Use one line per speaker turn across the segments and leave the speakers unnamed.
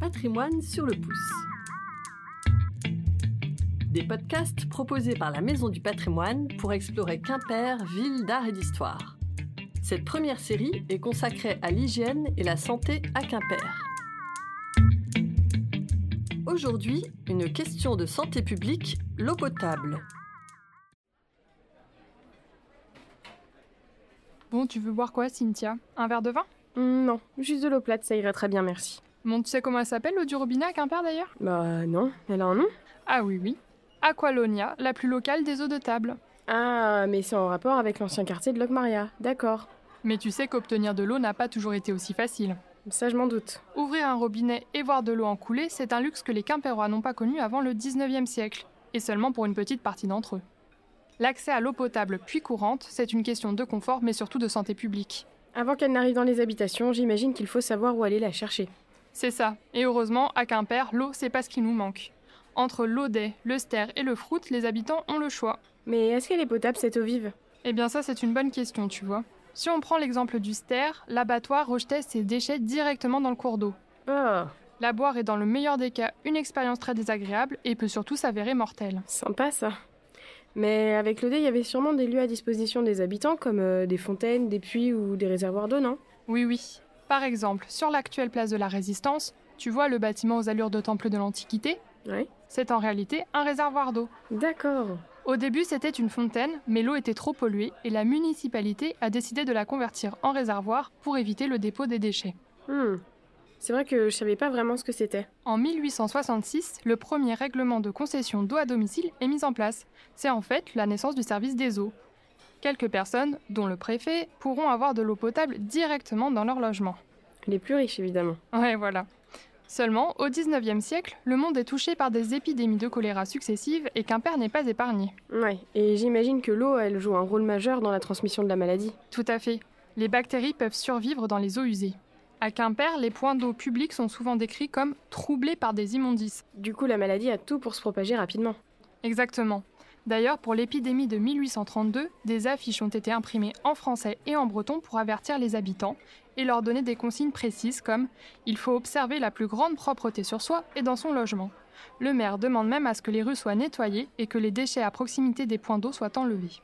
patrimoine sur le pouce. Des podcasts proposés par la Maison du patrimoine pour explorer Quimper, ville d'art et d'histoire. Cette première série est consacrée à l'hygiène et la santé à Quimper. Aujourd'hui, une question de santé publique, l'eau potable.
Bon, tu veux boire quoi, Cynthia Un verre de vin
Mm, Non, juste de l'eau plate, ça irait très bien, merci.
Bon, tu sais comment elle s'appelle, l'eau du robinet à Quimper d'ailleurs
Bah non, elle a un nom
Ah oui, oui. Aqualonia, la plus locale des eaux de table.
Ah, mais c'est en rapport avec l'ancien quartier de Locmaria, d'accord.
Mais tu sais qu'obtenir de l'eau n'a pas toujours été aussi facile.
Ça, je m'en doute.
Ouvrir un robinet et voir de l'eau en couler, c'est un luxe que les Quimpérois n'ont pas connu avant le 19e siècle, et seulement pour une petite partie d'entre eux. L'accès à l'eau potable puis courante, c'est une question de confort mais surtout de santé publique.
Avant qu'elle n'arrive dans les habitations, j'imagine qu'il faut savoir où aller la chercher.
C'est ça, et heureusement, à Quimper, l'eau, c'est pas ce qui nous manque. Entre l'Audet, le Ster et le Frout, les habitants ont le choix.
Mais est-ce qu'elle est potable, cette eau vive
Eh bien ça, c'est une bonne question, tu vois. Si on prend l'exemple du Ster, l'abattoir rejetait ses déchets directement dans le cours d'eau.
Oh,
La boire est dans le meilleur des cas une expérience très désagréable et peut surtout s'avérer mortelle.
sympa ça. Mais avec l'OD, il y avait sûrement des lieux à disposition des habitants, comme euh, des fontaines, des puits ou des réservoirs d'eau, non
Oui, oui. Par exemple, sur l'actuelle place de la Résistance, tu vois le bâtiment aux allures de temple de l'Antiquité
Oui.
C'est en réalité un réservoir d'eau.
D'accord.
Au début, c'était une fontaine, mais l'eau était trop polluée et la municipalité a décidé de la convertir en réservoir pour éviter le dépôt des déchets.
Hmm. C'est vrai que je savais pas vraiment ce que c'était.
En 1866, le premier règlement de concession d'eau à domicile est mis en place. C'est en fait la naissance du service des eaux. Quelques personnes, dont le préfet, pourront avoir de l'eau potable directement dans leur logement.
Les plus riches, évidemment.
Ouais, voilà. Seulement, au 19e siècle, le monde est touché par des épidémies de choléra successives et Quimper n'est pas épargné.
Ouais, et j'imagine que l'eau, elle joue un rôle majeur dans la transmission de la maladie.
Tout à fait. Les bactéries peuvent survivre dans les eaux usées. À Quimper, les points d'eau publics sont souvent décrits comme troublés par des immondices.
Du coup, la maladie a tout pour se propager rapidement.
Exactement. D'ailleurs, pour l'épidémie de 1832, des affiches ont été imprimées en français et en breton pour avertir les habitants et leur donner des consignes précises comme ⁇ Il faut observer la plus grande propreté sur soi et dans son logement ⁇ Le maire demande même à ce que les rues soient nettoyées et que les déchets à proximité des points d'eau soient enlevés.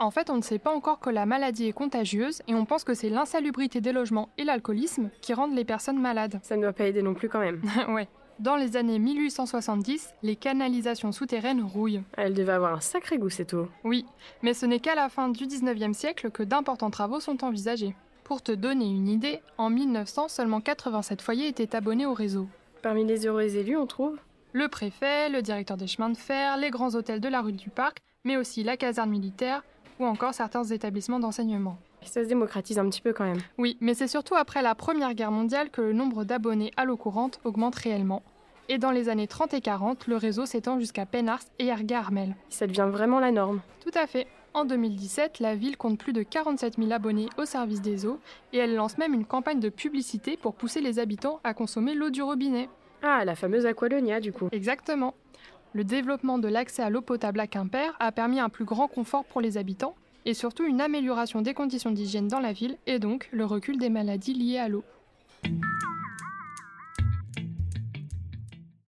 En fait, on ne sait pas encore que la maladie est contagieuse et on pense que c'est l'insalubrité des logements et l'alcoolisme qui rendent les personnes malades.
Ça ne doit pas aider non plus quand même.
ouais. Dans les années 1870, les canalisations souterraines rouillent.
Elle devait avoir un sacré goût cette eau.
Oui, mais ce n'est qu'à la fin du 19e siècle que d'importants travaux sont envisagés. Pour te donner une idée, en 1900, seulement 87 foyers étaient abonnés au réseau.
Parmi les heureux élus, on trouve
Le préfet, le directeur des chemins de fer, les grands hôtels de la rue du Parc, mais aussi la caserne militaire ou encore certains établissements d'enseignement.
Ça se démocratise un petit peu quand même.
Oui, mais c'est surtout après la Première Guerre mondiale que le nombre d'abonnés à l'eau courante augmente réellement. Et dans les années 30 et 40, le réseau s'étend jusqu'à Pénars et Arga-Armel.
Ça devient vraiment la norme.
Tout à fait. En 2017, la ville compte plus de 47 000 abonnés au service des eaux et elle lance même une campagne de publicité pour pousser les habitants à consommer l'eau du robinet.
Ah, la fameuse Aqualonia du coup.
Exactement. Le développement de l'accès à l'eau potable à Quimper a permis un plus grand confort pour les habitants et surtout une amélioration des conditions d'hygiène dans la ville et donc le recul des maladies liées à l'eau.